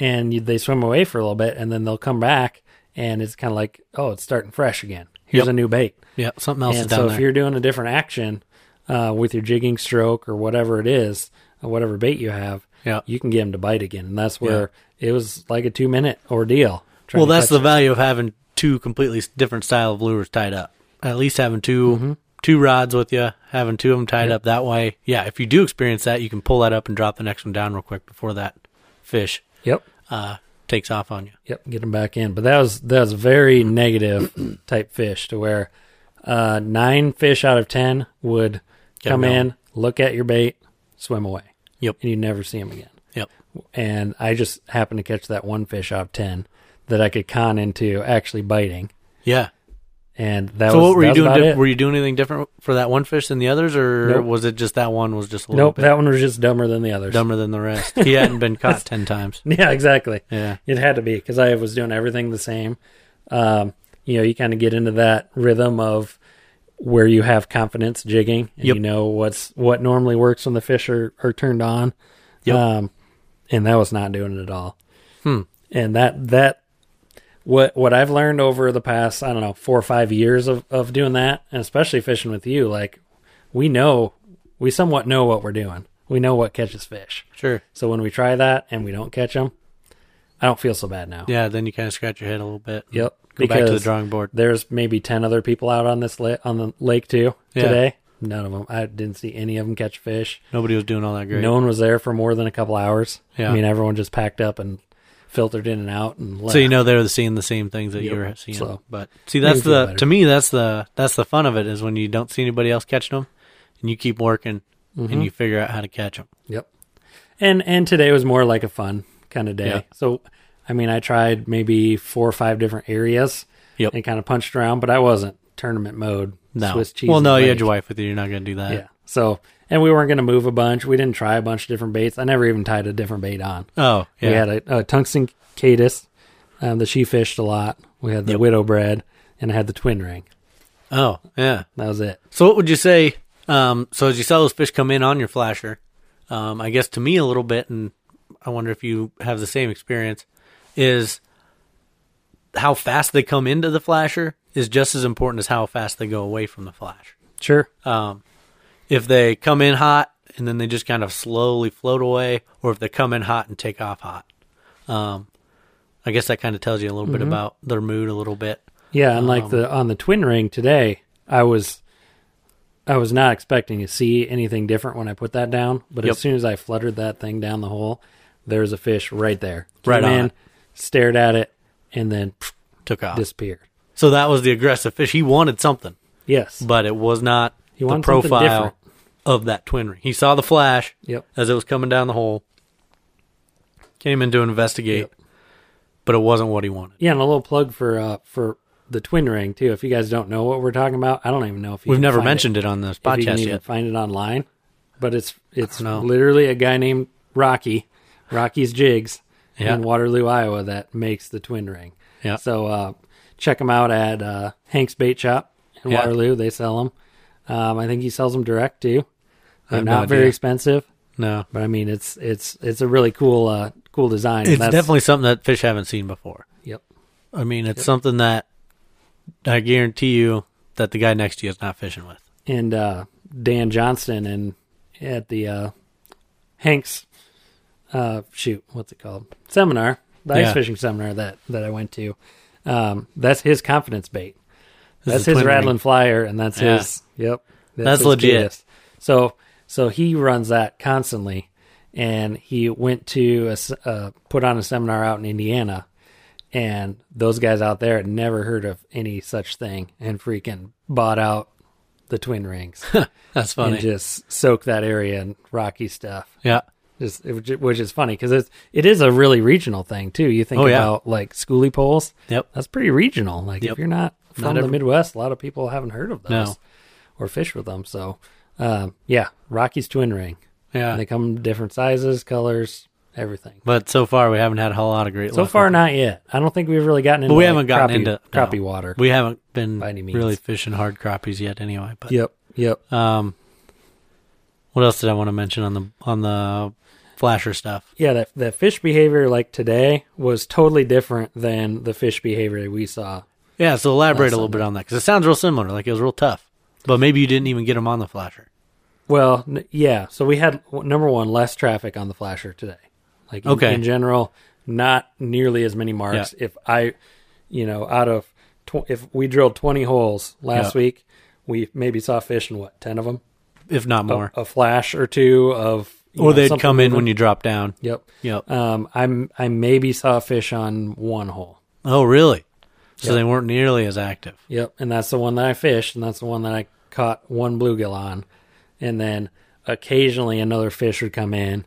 Speaker 1: and you, they swim away for a little bit, and then they'll come back, and it's kind of like, oh, it's starting fresh again. Here's
Speaker 2: Yep.
Speaker 1: a new bait.
Speaker 2: Yeah. Something else is
Speaker 1: And
Speaker 2: down
Speaker 1: so if
Speaker 2: there.
Speaker 1: you're doing a different action uh, with your jigging stroke or whatever it is, or whatever bait you have,
Speaker 2: Yeah.
Speaker 1: you can get them to bite again, and that's where it was like a two minute ordeal. trying
Speaker 2: Well,
Speaker 1: to
Speaker 2: that's
Speaker 1: catch
Speaker 2: the value of having two completely s- different style of lures tied up. At least having 2
Speaker 1: Mm-hmm.
Speaker 2: two rods with you, having two of them tied up that way. Yeah, if you do experience that, you can pull that up and drop the next one down real quick before that fish
Speaker 1: it. Yep.
Speaker 2: uh, takes off on you.
Speaker 1: Yep, get them back in. But that was that was very negative [CLEARS THROAT] type fish to where uh, nine fish out of ten would
Speaker 2: Get
Speaker 1: come
Speaker 2: 'em out.
Speaker 1: in, look at your bait, swim away,
Speaker 2: Yep.
Speaker 1: and you never see them again.
Speaker 2: Yep.
Speaker 1: And I just happened to catch that one fish out of ten that I could con into actually biting,
Speaker 2: Yeah.
Speaker 1: and that
Speaker 2: so
Speaker 1: was
Speaker 2: what were
Speaker 1: that
Speaker 2: you
Speaker 1: was
Speaker 2: doing?
Speaker 1: about
Speaker 2: Di-
Speaker 1: it.
Speaker 2: were you doing anything different for that one fish than the others, or
Speaker 1: Nope.
Speaker 2: was it just that one was just a little
Speaker 1: nope,
Speaker 2: bit
Speaker 1: that one was just dumber than the others.
Speaker 2: dumber than
Speaker 1: [LAUGHS]
Speaker 2: the rest? He hadn't been caught ten times.
Speaker 1: Yeah, exactly.
Speaker 2: Yeah.
Speaker 1: It had to be because I was doing everything the same. Um, you know, you kind of get into that rhythm of where you have confidence jigging and
Speaker 2: Yep.
Speaker 1: you know what's what normally works when the fish are, are turned on.
Speaker 2: Yep.
Speaker 1: Um, and that was not doing it at all.
Speaker 2: Hmm.
Speaker 1: And that that what what I've learned over the past I don't know four or five years of of doing that, and especially fishing with you, like we know we somewhat know what we're doing. We know what catches fish.
Speaker 2: Sure.
Speaker 1: So when we try that and we don't catch them, I don't feel so bad now.
Speaker 2: Yeah. Then you kind of scratch your head a little bit.
Speaker 1: Yep.
Speaker 2: Go back to the
Speaker 1: because
Speaker 2: drawing board.
Speaker 1: There's maybe ten other people out on this la- on the lake too
Speaker 2: Yeah.
Speaker 1: today. None of them. I didn't see any of them catch fish.
Speaker 2: Nobody was doing all that great.
Speaker 1: No one was there for more than a couple hours.
Speaker 2: Yeah.
Speaker 1: I mean, everyone just packed up and filtered in and out and left.
Speaker 2: So you know they're seeing the same things that
Speaker 1: Yep.
Speaker 2: you were seeing.
Speaker 1: So,
Speaker 2: but see, that's
Speaker 1: feel
Speaker 2: the
Speaker 1: better.
Speaker 2: to me that's the that's the fun of it is when you don't see anybody else catching them, and you keep working
Speaker 1: Mm-hmm.
Speaker 2: and you figure out how to catch them.
Speaker 1: Yep. And and today was more like a fun kind of day.
Speaker 2: Yeah.
Speaker 1: So I mean, I tried maybe four or five different areas
Speaker 2: Yep.
Speaker 1: and kind of punched around, but I wasn't tournament mode.
Speaker 2: No,
Speaker 1: Swiss cheese.
Speaker 2: well,
Speaker 1: and
Speaker 2: no, you
Speaker 1: lake.
Speaker 2: had your wife with you. You're not going to do that.
Speaker 1: Yeah. So, and we weren't going to move a bunch. We didn't try a bunch of different baits. I never even tied a different bait on.
Speaker 2: Oh, yeah.
Speaker 1: We had a, a tungsten caddis um, that she fished a lot. We had the widow bread, and I had the twin ring.
Speaker 2: oh, yeah.
Speaker 1: That was it.
Speaker 2: So what would you say? Um, so as you saw those fish come in on your flasher, um, I guess to me a little bit, and I wonder if you have the same experience, is how fast they come into the flasher is just as important as how fast they go away from the flash.
Speaker 1: Sure.
Speaker 2: Um, if they come in hot and then they just kind of slowly float away, or if they come in hot and take off hot. Um, I guess that kind of tells you a little bit
Speaker 1: Mm-hmm.
Speaker 2: about their mood a little bit.
Speaker 1: Yeah, and
Speaker 2: um,
Speaker 1: like the on the twin ring today, I was I was not expecting to see anything different when I put that down, but
Speaker 2: Yep.
Speaker 1: as soon as I fluttered that thing down the hole, there was a fish right there.
Speaker 2: Right
Speaker 1: Came
Speaker 2: on
Speaker 1: in,
Speaker 2: it.
Speaker 1: stared at it, and then pff,
Speaker 2: Took off.
Speaker 1: disappeared.
Speaker 2: so that was the aggressive fish. He wanted something,
Speaker 1: Yes.
Speaker 2: but it was not
Speaker 1: He
Speaker 2: the
Speaker 1: wanted something different.
Speaker 2: profile of that twin ring. He saw the flash
Speaker 1: yep.
Speaker 2: as it was coming down the hole, came in to investigate, but it wasn't what he wanted.
Speaker 1: Yeah, and a little plug for uh for the twin ring too. If you guys don't know what we're talking about, I don't even know if you
Speaker 2: We've
Speaker 1: can
Speaker 2: never
Speaker 1: find
Speaker 2: mentioned it, on this
Speaker 1: it, if you can
Speaker 2: podcast
Speaker 1: even
Speaker 2: yet.
Speaker 1: find it online. But it's it's
Speaker 2: know.
Speaker 1: literally a guy named Rocky Rocky's Jigs
Speaker 2: Yeah.
Speaker 1: in Waterloo, Iowa, that makes the twin ring.
Speaker 2: Yeah.
Speaker 1: So uh, check them out at uh, Hank's Bait Shop in
Speaker 2: Yeah.
Speaker 1: Waterloo. They sell them. Um, I think he sells them direct too.
Speaker 2: I
Speaker 1: They're
Speaker 2: have no
Speaker 1: not very
Speaker 2: idea.
Speaker 1: expensive,
Speaker 2: No,
Speaker 1: but I mean it's it's it's a really cool uh, cool design. and
Speaker 2: it's
Speaker 1: that's-
Speaker 2: definitely something that fish haven't seen before.
Speaker 1: yep.
Speaker 2: I mean, it's something that I guarantee you that the guy next to you is not fishing with.
Speaker 1: and uh, Dan Johnston and at the uh, Hanks uh, shoot, what's it called? Seminar, the ice
Speaker 2: Yeah.
Speaker 1: fishing seminar that that I went to. Um, that's his confidence bait.
Speaker 2: This
Speaker 1: that's
Speaker 2: is
Speaker 1: his
Speaker 2: twin ring.
Speaker 1: rattling flyer, and that's
Speaker 2: Yeah.
Speaker 1: his. Yep,
Speaker 2: That's
Speaker 1: his
Speaker 2: legit.
Speaker 1: greatest. So so he runs that constantly, and he went to a s uh, put on a seminar out in Indiana, and those guys out there had never heard of any such thing, and freaking bought out the twin rings
Speaker 2: That's
Speaker 1: and
Speaker 2: [LAUGHS] funny.
Speaker 1: just soak that area in rocky stuff.
Speaker 2: uh, yeah.
Speaker 1: Just it, which- which is funny because it's it is a really regional thing too. You think
Speaker 2: Oh, yeah.
Speaker 1: about like schoolie poles.
Speaker 2: Yep.
Speaker 1: That's pretty regional. Like
Speaker 2: Yep.
Speaker 1: if you're not from
Speaker 2: Not
Speaker 1: the
Speaker 2: every-
Speaker 1: Midwest, a lot of people haven't heard of those
Speaker 2: No.
Speaker 1: or fish with them. So um, yeah, Rocky's twin ring.
Speaker 2: Yeah.
Speaker 1: And they come in different sizes, colors, everything.
Speaker 2: but so far, we haven't had a whole lot of great
Speaker 1: So
Speaker 2: luck
Speaker 1: far,
Speaker 2: with it.
Speaker 1: not yet. I don't think we've really gotten into.
Speaker 2: But we
Speaker 1: like,
Speaker 2: haven't gotten
Speaker 1: crappie,
Speaker 2: into no.
Speaker 1: crappie water.
Speaker 2: We haven't been
Speaker 1: By any means.
Speaker 2: really fishing hard crappies yet, anyway. But
Speaker 1: Yep, yep.
Speaker 2: um, what else did I want to mention on the on the flasher stuff?
Speaker 1: yeah, that that fish behavior like today was totally different than the fish behavior that we saw.
Speaker 2: Yeah. So elaborate
Speaker 1: Last
Speaker 2: a little bit on that because it sounds real similar. Like it was real tough, but maybe you didn't even get them on the flasher.
Speaker 1: Well, n- yeah, so we had w- number one less traffic on the flasher today. Like in,
Speaker 2: Okay.
Speaker 1: in general, not nearly as many marks. If I, you know, out of tw- if we drilled twenty holes last
Speaker 2: Yeah.
Speaker 1: week, we maybe saw fish in what ten of them,
Speaker 2: if not more.
Speaker 1: a flash or two of, you
Speaker 2: or
Speaker 1: know,
Speaker 2: they'd
Speaker 1: Oh, something
Speaker 2: come in
Speaker 1: moving.
Speaker 2: when you drop down.
Speaker 1: Yep.
Speaker 2: Yep.
Speaker 1: Um, I'm I maybe saw fish on one hole.
Speaker 2: oh, really? So they weren't nearly as active.
Speaker 1: Yep, and that's the one that I fished, and that's the one that I caught one bluegill on, and then occasionally another fish would come in,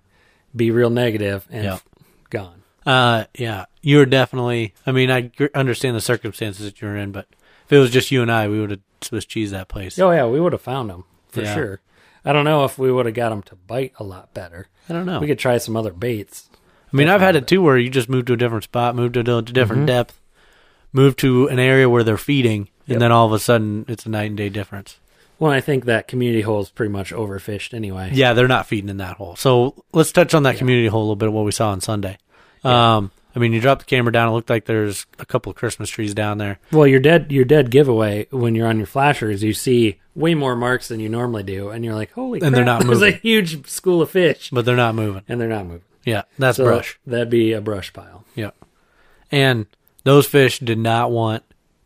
Speaker 1: be real negative, and
Speaker 2: Yeah.
Speaker 1: f- gone.
Speaker 2: Uh, yeah, you were definitely. I mean, I gr- understand the circumstances that you were in, but if it was just you and I, we would have Swiss cheese that place.
Speaker 1: Oh yeah, we would have found them for
Speaker 2: Yeah.
Speaker 1: sure. I don't know if we would have got them to bite a lot better.
Speaker 2: I don't know.
Speaker 1: We could try some other baits.
Speaker 2: I mean, I've had it too, where you just move to a different spot, move to a di- different
Speaker 1: Mm-hmm.
Speaker 2: depth, move to an area where they're feeding,
Speaker 1: Yep.
Speaker 2: and then all of a sudden it's a night and day difference.
Speaker 1: Well, I think that community hole is pretty much overfished anyway.
Speaker 2: Yeah, they're not feeding in that hole. So let's touch on that community hole a little bit. What we saw on Sunday. Um, I mean, you dropped the camera down. It looked like there's a couple of Christmas trees down there.
Speaker 1: Well, your dead your dead giveaway when you're on your flashers, you see way more marks than you normally do, and you're like, holy!
Speaker 2: And they're
Speaker 1: crap, [LAUGHS]
Speaker 2: not
Speaker 1: There's a
Speaker 2: moving.
Speaker 1: huge school of fish,
Speaker 2: but they're not moving.
Speaker 1: and they're not moving.
Speaker 2: Yeah, that's
Speaker 1: So
Speaker 2: brush.
Speaker 1: That'd be a brush pile.
Speaker 2: Yeah, and those fish did not want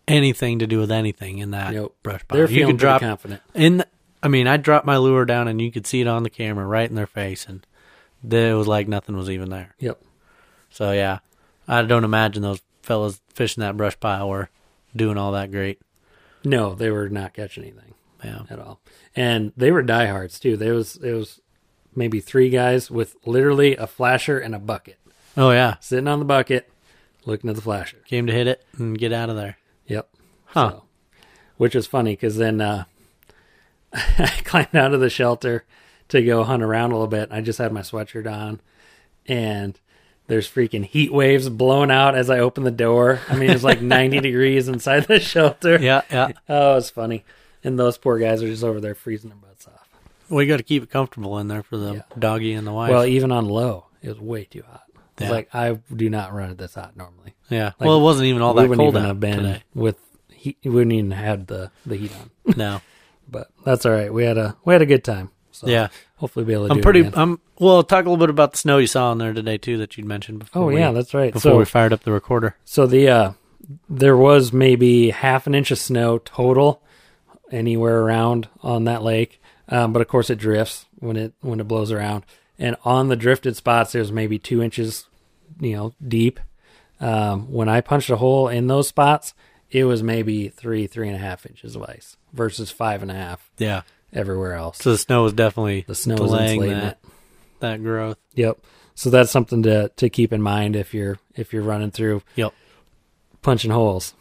Speaker 2: anything to do with anything in that
Speaker 1: Nope.
Speaker 2: brush pile.
Speaker 1: They're
Speaker 2: you
Speaker 1: feeling
Speaker 2: could
Speaker 1: pretty
Speaker 2: drop
Speaker 1: confident.
Speaker 2: in. The, I mean, I dropped my lure down, and you could see it on the camera right in their face, and they, it was like nothing was even there.
Speaker 1: Yep.
Speaker 2: So yeah, I don't imagine those fellas fishing that brush pile were doing all that great.
Speaker 1: No, they were not catching anything
Speaker 2: Yeah,
Speaker 1: at all, and they were diehards too. There was it was maybe three guys with literally a flasher and a bucket
Speaker 2: oh yeah,
Speaker 1: sitting on the bucket, looking at the flasher.
Speaker 2: came to hit it and get out of there.
Speaker 1: Yep.
Speaker 2: Huh.
Speaker 1: So, which is funny because then uh, [LAUGHS] I climbed out of the shelter to go hunt around a little bit. I just had my sweatshirt on, and there's freaking heat waves blowing out as I open the door. I mean, it's like
Speaker 2: [LAUGHS]
Speaker 1: 90 degrees inside the shelter.
Speaker 2: Yeah,
Speaker 1: [LAUGHS]
Speaker 2: yeah.
Speaker 1: Oh, it's funny. And those poor guys are just over there freezing their butts off.
Speaker 2: We got to keep it comfortable in there for the doggy and the wife.
Speaker 1: Well, even on low, it was way too hot. It's
Speaker 2: Yeah.
Speaker 1: like I do not run at this hot normally.
Speaker 2: yeah. well, it wasn't even all
Speaker 1: we
Speaker 2: that
Speaker 1: wouldn't
Speaker 2: cold
Speaker 1: even
Speaker 2: out
Speaker 1: have been [LAUGHS]
Speaker 2: today.
Speaker 1: with heat. We wouldn't even had the the heat on.
Speaker 2: No.
Speaker 1: but that's all right. We had a we had a good time. So
Speaker 2: Yeah.
Speaker 1: hopefully be able to.
Speaker 2: I'm
Speaker 1: do
Speaker 2: pretty.
Speaker 1: It again.
Speaker 2: I'm well. Talk a little bit about the snow you saw in there today too that you'd mentioned before.
Speaker 1: oh
Speaker 2: we,
Speaker 1: yeah, that's right.
Speaker 2: before
Speaker 1: So
Speaker 2: we fired up the recorder.
Speaker 1: so the uh, there was maybe half an inch of snow total anywhere around on that lake, um, but of course it drifts when it when it blows around. And on the drifted spots, there's maybe two inches, you know, deep. Um, when I punched a hole in those spots, it was maybe three, three and a half inches of ice versus five and a half
Speaker 2: Yeah.
Speaker 1: everywhere else.
Speaker 2: So the snow was definitely
Speaker 1: the snow was
Speaker 2: delaying
Speaker 1: insulating it.
Speaker 2: that that growth.
Speaker 1: Yep. So that's something to to keep in mind if you're if you're running through
Speaker 2: Yep.
Speaker 1: punching holes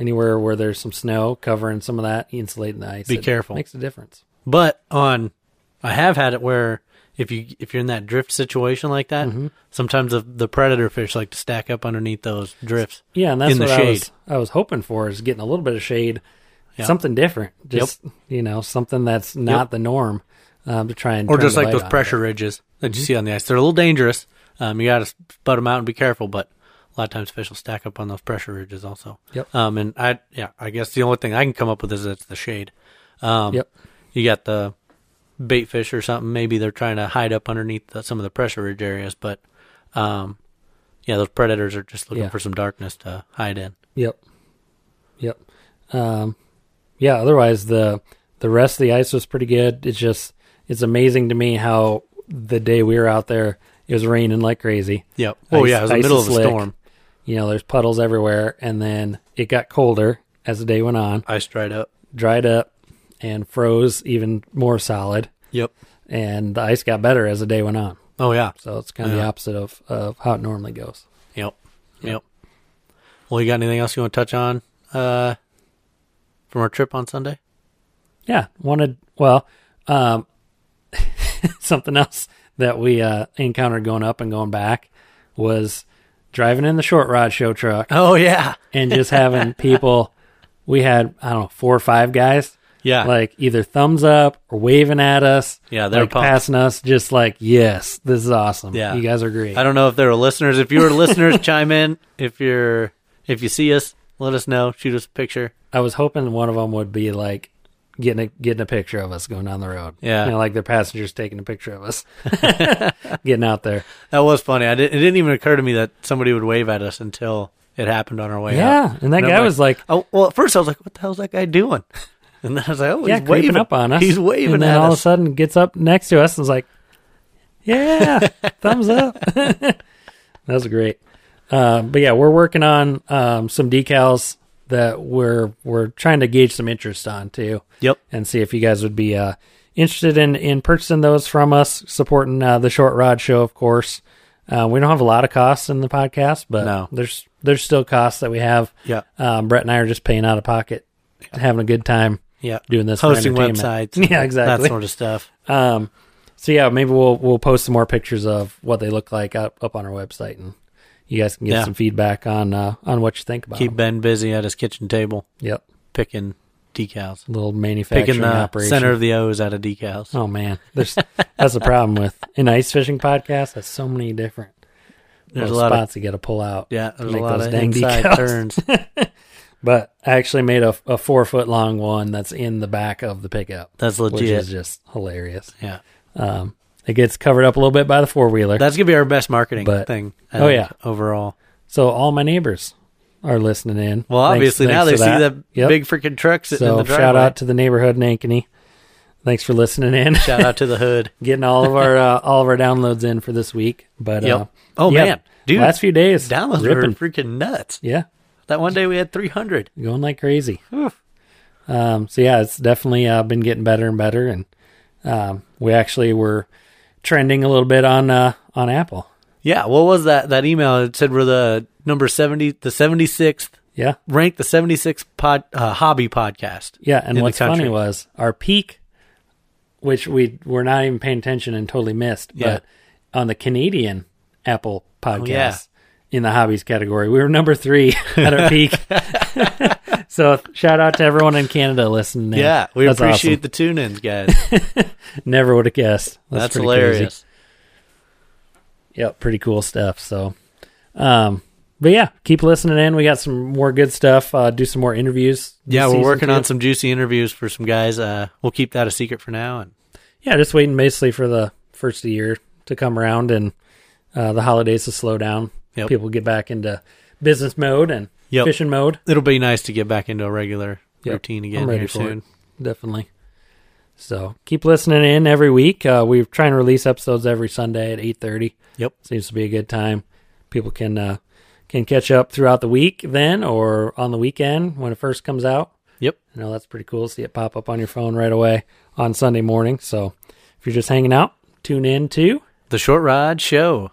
Speaker 1: anywhere where there's some snow covering some of that insulating the ice.
Speaker 2: Be
Speaker 1: it
Speaker 2: careful.
Speaker 1: Makes a difference.
Speaker 2: But on, I have had it where if you if you're in that drift situation like that,
Speaker 1: Mm-hmm.
Speaker 2: sometimes the, the predator fish like to stack up underneath those drifts.
Speaker 1: Yeah, and that's
Speaker 2: in the
Speaker 1: what I was
Speaker 2: shade.
Speaker 1: I was hoping for is getting a little bit of shade,
Speaker 2: Yeah.
Speaker 1: something different, just you know something that's not the norm um, to try and
Speaker 2: or
Speaker 1: turn
Speaker 2: just
Speaker 1: the
Speaker 2: like
Speaker 1: light
Speaker 2: those
Speaker 1: on.
Speaker 2: pressure ridges that you see on the ice. They're a little dangerous. Um, you got to spud them out and be careful, but a lot of times fish will stack up on those pressure ridges also.
Speaker 1: Yep.
Speaker 2: Um, and I, yeah, I guess the only thing I can come up with is it's the shade. Um,
Speaker 1: Yep.
Speaker 2: You got the bait fish or something. Maybe they're trying to hide up underneath the, some of the pressure ridge areas, but um, yeah, those predators are just looking
Speaker 1: Yeah.
Speaker 2: for some darkness to hide in.
Speaker 1: Yep. Yep. Um, yeah. Otherwise, the the rest of the ice was pretty good. It's just it's amazing to me how the day we were out there, it was raining like crazy.
Speaker 2: Yep. Oh
Speaker 1: Ice-
Speaker 2: yeah, it was the
Speaker 1: ice
Speaker 2: middle
Speaker 1: is
Speaker 2: of a
Speaker 1: slick.
Speaker 2: storm.
Speaker 1: You know, there's puddles everywhere, and then it got colder as the day went on,
Speaker 2: Ice dried up.
Speaker 1: dried up, and froze even more solid.
Speaker 2: Yep.
Speaker 1: And the ice got better as the day went on.
Speaker 2: Oh yeah.
Speaker 1: So it's kind of the
Speaker 2: Yeah.
Speaker 1: opposite of, of how it normally goes.
Speaker 2: Yep. Yep. Well, you got anything else you want to touch on uh, from our trip on Sunday?
Speaker 1: Yeah, wanted well, um, [LAUGHS] something else that we uh, encountered going up and going back was driving in the short rod show truck
Speaker 2: Oh yeah,
Speaker 1: and just having
Speaker 2: [LAUGHS]
Speaker 1: people. We had I don't know four or five guys
Speaker 2: yeah,
Speaker 1: like either thumbs up or waving at us.
Speaker 2: yeah. They're
Speaker 1: like
Speaker 2: pumped.
Speaker 1: passing us, just like yes, this is awesome.
Speaker 2: Yeah.
Speaker 1: you guys are great.
Speaker 2: I don't know if there were listeners. If you
Speaker 1: [LAUGHS]
Speaker 2: were listeners, chime in. If you're if you see us, let us know. Shoot us a picture.
Speaker 1: I was hoping one of them would be like getting a, getting a picture of us going down the road.
Speaker 2: Yeah.
Speaker 1: you know, like their passengers taking a picture of
Speaker 2: [LAUGHS]
Speaker 1: us [LAUGHS] getting out there.
Speaker 2: That was funny. I didn't, it didn't even occur to me that somebody would wave at us until it happened on our way.
Speaker 1: Yeah,
Speaker 2: up.
Speaker 1: and that
Speaker 2: And I'm
Speaker 1: guy was like,
Speaker 2: oh, well, at first I was like, "What the hell's that guy doing?" [LAUGHS] And then I was like, "Oh,
Speaker 1: yeah,
Speaker 2: he's
Speaker 1: creeping
Speaker 2: waving
Speaker 1: up on us.
Speaker 2: He's waving
Speaker 1: and then
Speaker 2: at
Speaker 1: all of a
Speaker 2: us."
Speaker 1: sudden gets up next to us and is like,
Speaker 2: [LAUGHS]
Speaker 1: yeah, thumbs up. [LAUGHS] that was great. Uh, but yeah, we're working on um, some decals that we're we're trying to gauge some interest on too,
Speaker 2: Yep.
Speaker 1: [LAUGHS] and see if you guys would be uh, interested in in purchasing those from us, supporting uh, the short rod show, of course. Uh, we don't have a lot of costs in the podcast, but
Speaker 2: No.
Speaker 1: there's there's still costs that we have.
Speaker 2: Yeah.
Speaker 1: Um, Brett and I are just paying out of pocket, having a good time
Speaker 2: Yeah.
Speaker 1: doing this for
Speaker 2: Hosting
Speaker 1: entertainment. [LAUGHS]
Speaker 2: websites.
Speaker 1: Yeah, exactly.
Speaker 2: That sort of stuff.
Speaker 1: Um, so yeah, maybe we'll we'll post some more pictures of what they look like up, up on our website, and you guys can get
Speaker 2: Yeah.
Speaker 1: some feedback on uh, on what you think about.
Speaker 2: Keep
Speaker 1: them.
Speaker 2: Ben busy at his kitchen table
Speaker 1: Yep,
Speaker 2: picking decals,
Speaker 1: little manufacturing
Speaker 2: picking the
Speaker 1: operation.
Speaker 2: center of the O's out of decals.
Speaker 1: Oh man, there's that's the problem with an ice fishing podcast. That's so many different
Speaker 2: There's a
Speaker 1: little
Speaker 2: lot of
Speaker 1: spots you got to pull out.
Speaker 2: yeah,
Speaker 1: to
Speaker 2: there's a
Speaker 1: make
Speaker 2: lot
Speaker 1: those
Speaker 2: of
Speaker 1: dang
Speaker 2: inside
Speaker 1: decals.
Speaker 2: turns.
Speaker 1: [LAUGHS] But I actually made a, a four foot long one that's in the back of the pickup,
Speaker 2: That's
Speaker 1: which is
Speaker 2: legit.
Speaker 1: just hilarious.
Speaker 2: Yeah,
Speaker 1: Um, it gets covered up a little bit by the four wheeler.
Speaker 2: that's gonna be our best marketing
Speaker 1: But-
Speaker 2: thing. I
Speaker 1: oh,
Speaker 2: think,
Speaker 1: yeah.
Speaker 2: overall.
Speaker 1: So all my neighbors are listening in.
Speaker 2: Well,
Speaker 1: Thanks-
Speaker 2: obviously now they
Speaker 1: thanks for
Speaker 2: see
Speaker 1: that.
Speaker 2: the
Speaker 1: Yep.
Speaker 2: big freaking truck sitting in
Speaker 1: So
Speaker 2: the driveway.
Speaker 1: shout out to the neighborhood in Ankeny. Thanks for listening in,
Speaker 2: [LAUGHS] shout out to the hood.
Speaker 1: [LAUGHS] getting all of our uh, all of our downloads in for this week. But
Speaker 2: Yep.
Speaker 1: uh,
Speaker 2: oh
Speaker 1: yeah,
Speaker 2: man, dude,
Speaker 1: last few days
Speaker 2: downloads
Speaker 1: ripping.
Speaker 2: were freaking nuts.
Speaker 1: Yeah,
Speaker 2: That one day we had 300.
Speaker 1: going like crazy.
Speaker 2: Whew.
Speaker 1: Um, so yeah, it's definitely uh, been getting better and better, and um, we actually were trending a little bit on uh, on Apple.
Speaker 2: Yeah, what was that? That email it said we're the number 70, the 76th
Speaker 1: Yeah,
Speaker 2: ranked the 76th pod, uh, hobby podcast.
Speaker 1: Yeah, and
Speaker 2: in the
Speaker 1: what's funny
Speaker 2: country.
Speaker 1: was our peak, which we were not even paying attention and totally missed,
Speaker 2: Yeah. Oh,
Speaker 1: but on the Canadian Apple podcast
Speaker 2: yeah.
Speaker 1: in the hobbies category, we were number three [LAUGHS] at our peak. so shout out to everyone in Canada listening. in.
Speaker 2: Yeah, we
Speaker 1: That's
Speaker 2: appreciate
Speaker 1: awesome.
Speaker 2: the
Speaker 1: [LAUGHS]
Speaker 2: tune ins, guys.
Speaker 1: Never would have guessed. That's,
Speaker 2: That's,
Speaker 1: pretty crazy.
Speaker 2: hilarious.
Speaker 1: Yep, pretty cool stuff. So, um, but yeah, keep listening in. We got some more good stuff. Uh, do some more interviews. this
Speaker 2: Yeah, we're
Speaker 1: season,
Speaker 2: working
Speaker 1: too.
Speaker 2: on some juicy interviews for some guys. Uh, we'll keep that a secret for now. And
Speaker 1: Yeah, just waiting basically for the first of the year to come around and uh, the holidays to slow down.
Speaker 2: Yep.
Speaker 1: People get back into business mode and
Speaker 2: Yep.
Speaker 1: fishing mode.
Speaker 2: it'll be nice to get back into a regular
Speaker 1: Yep.
Speaker 2: routine
Speaker 1: I'm
Speaker 2: again
Speaker 1: ready
Speaker 2: here
Speaker 1: for it.
Speaker 2: soon.
Speaker 1: Definitely. So keep listening in every week. Uh, we try and release episodes every Sunday at eight thirty.
Speaker 2: Yep.
Speaker 1: Seems to be a good time. People can uh, can catch up throughout the week then, or on the weekend when it first comes out.
Speaker 2: Yep.
Speaker 1: I know that's pretty cool. to See it pop up on your phone right away on Sunday morning. So if you're just hanging out, tune in to.
Speaker 2: The Short Rod Show.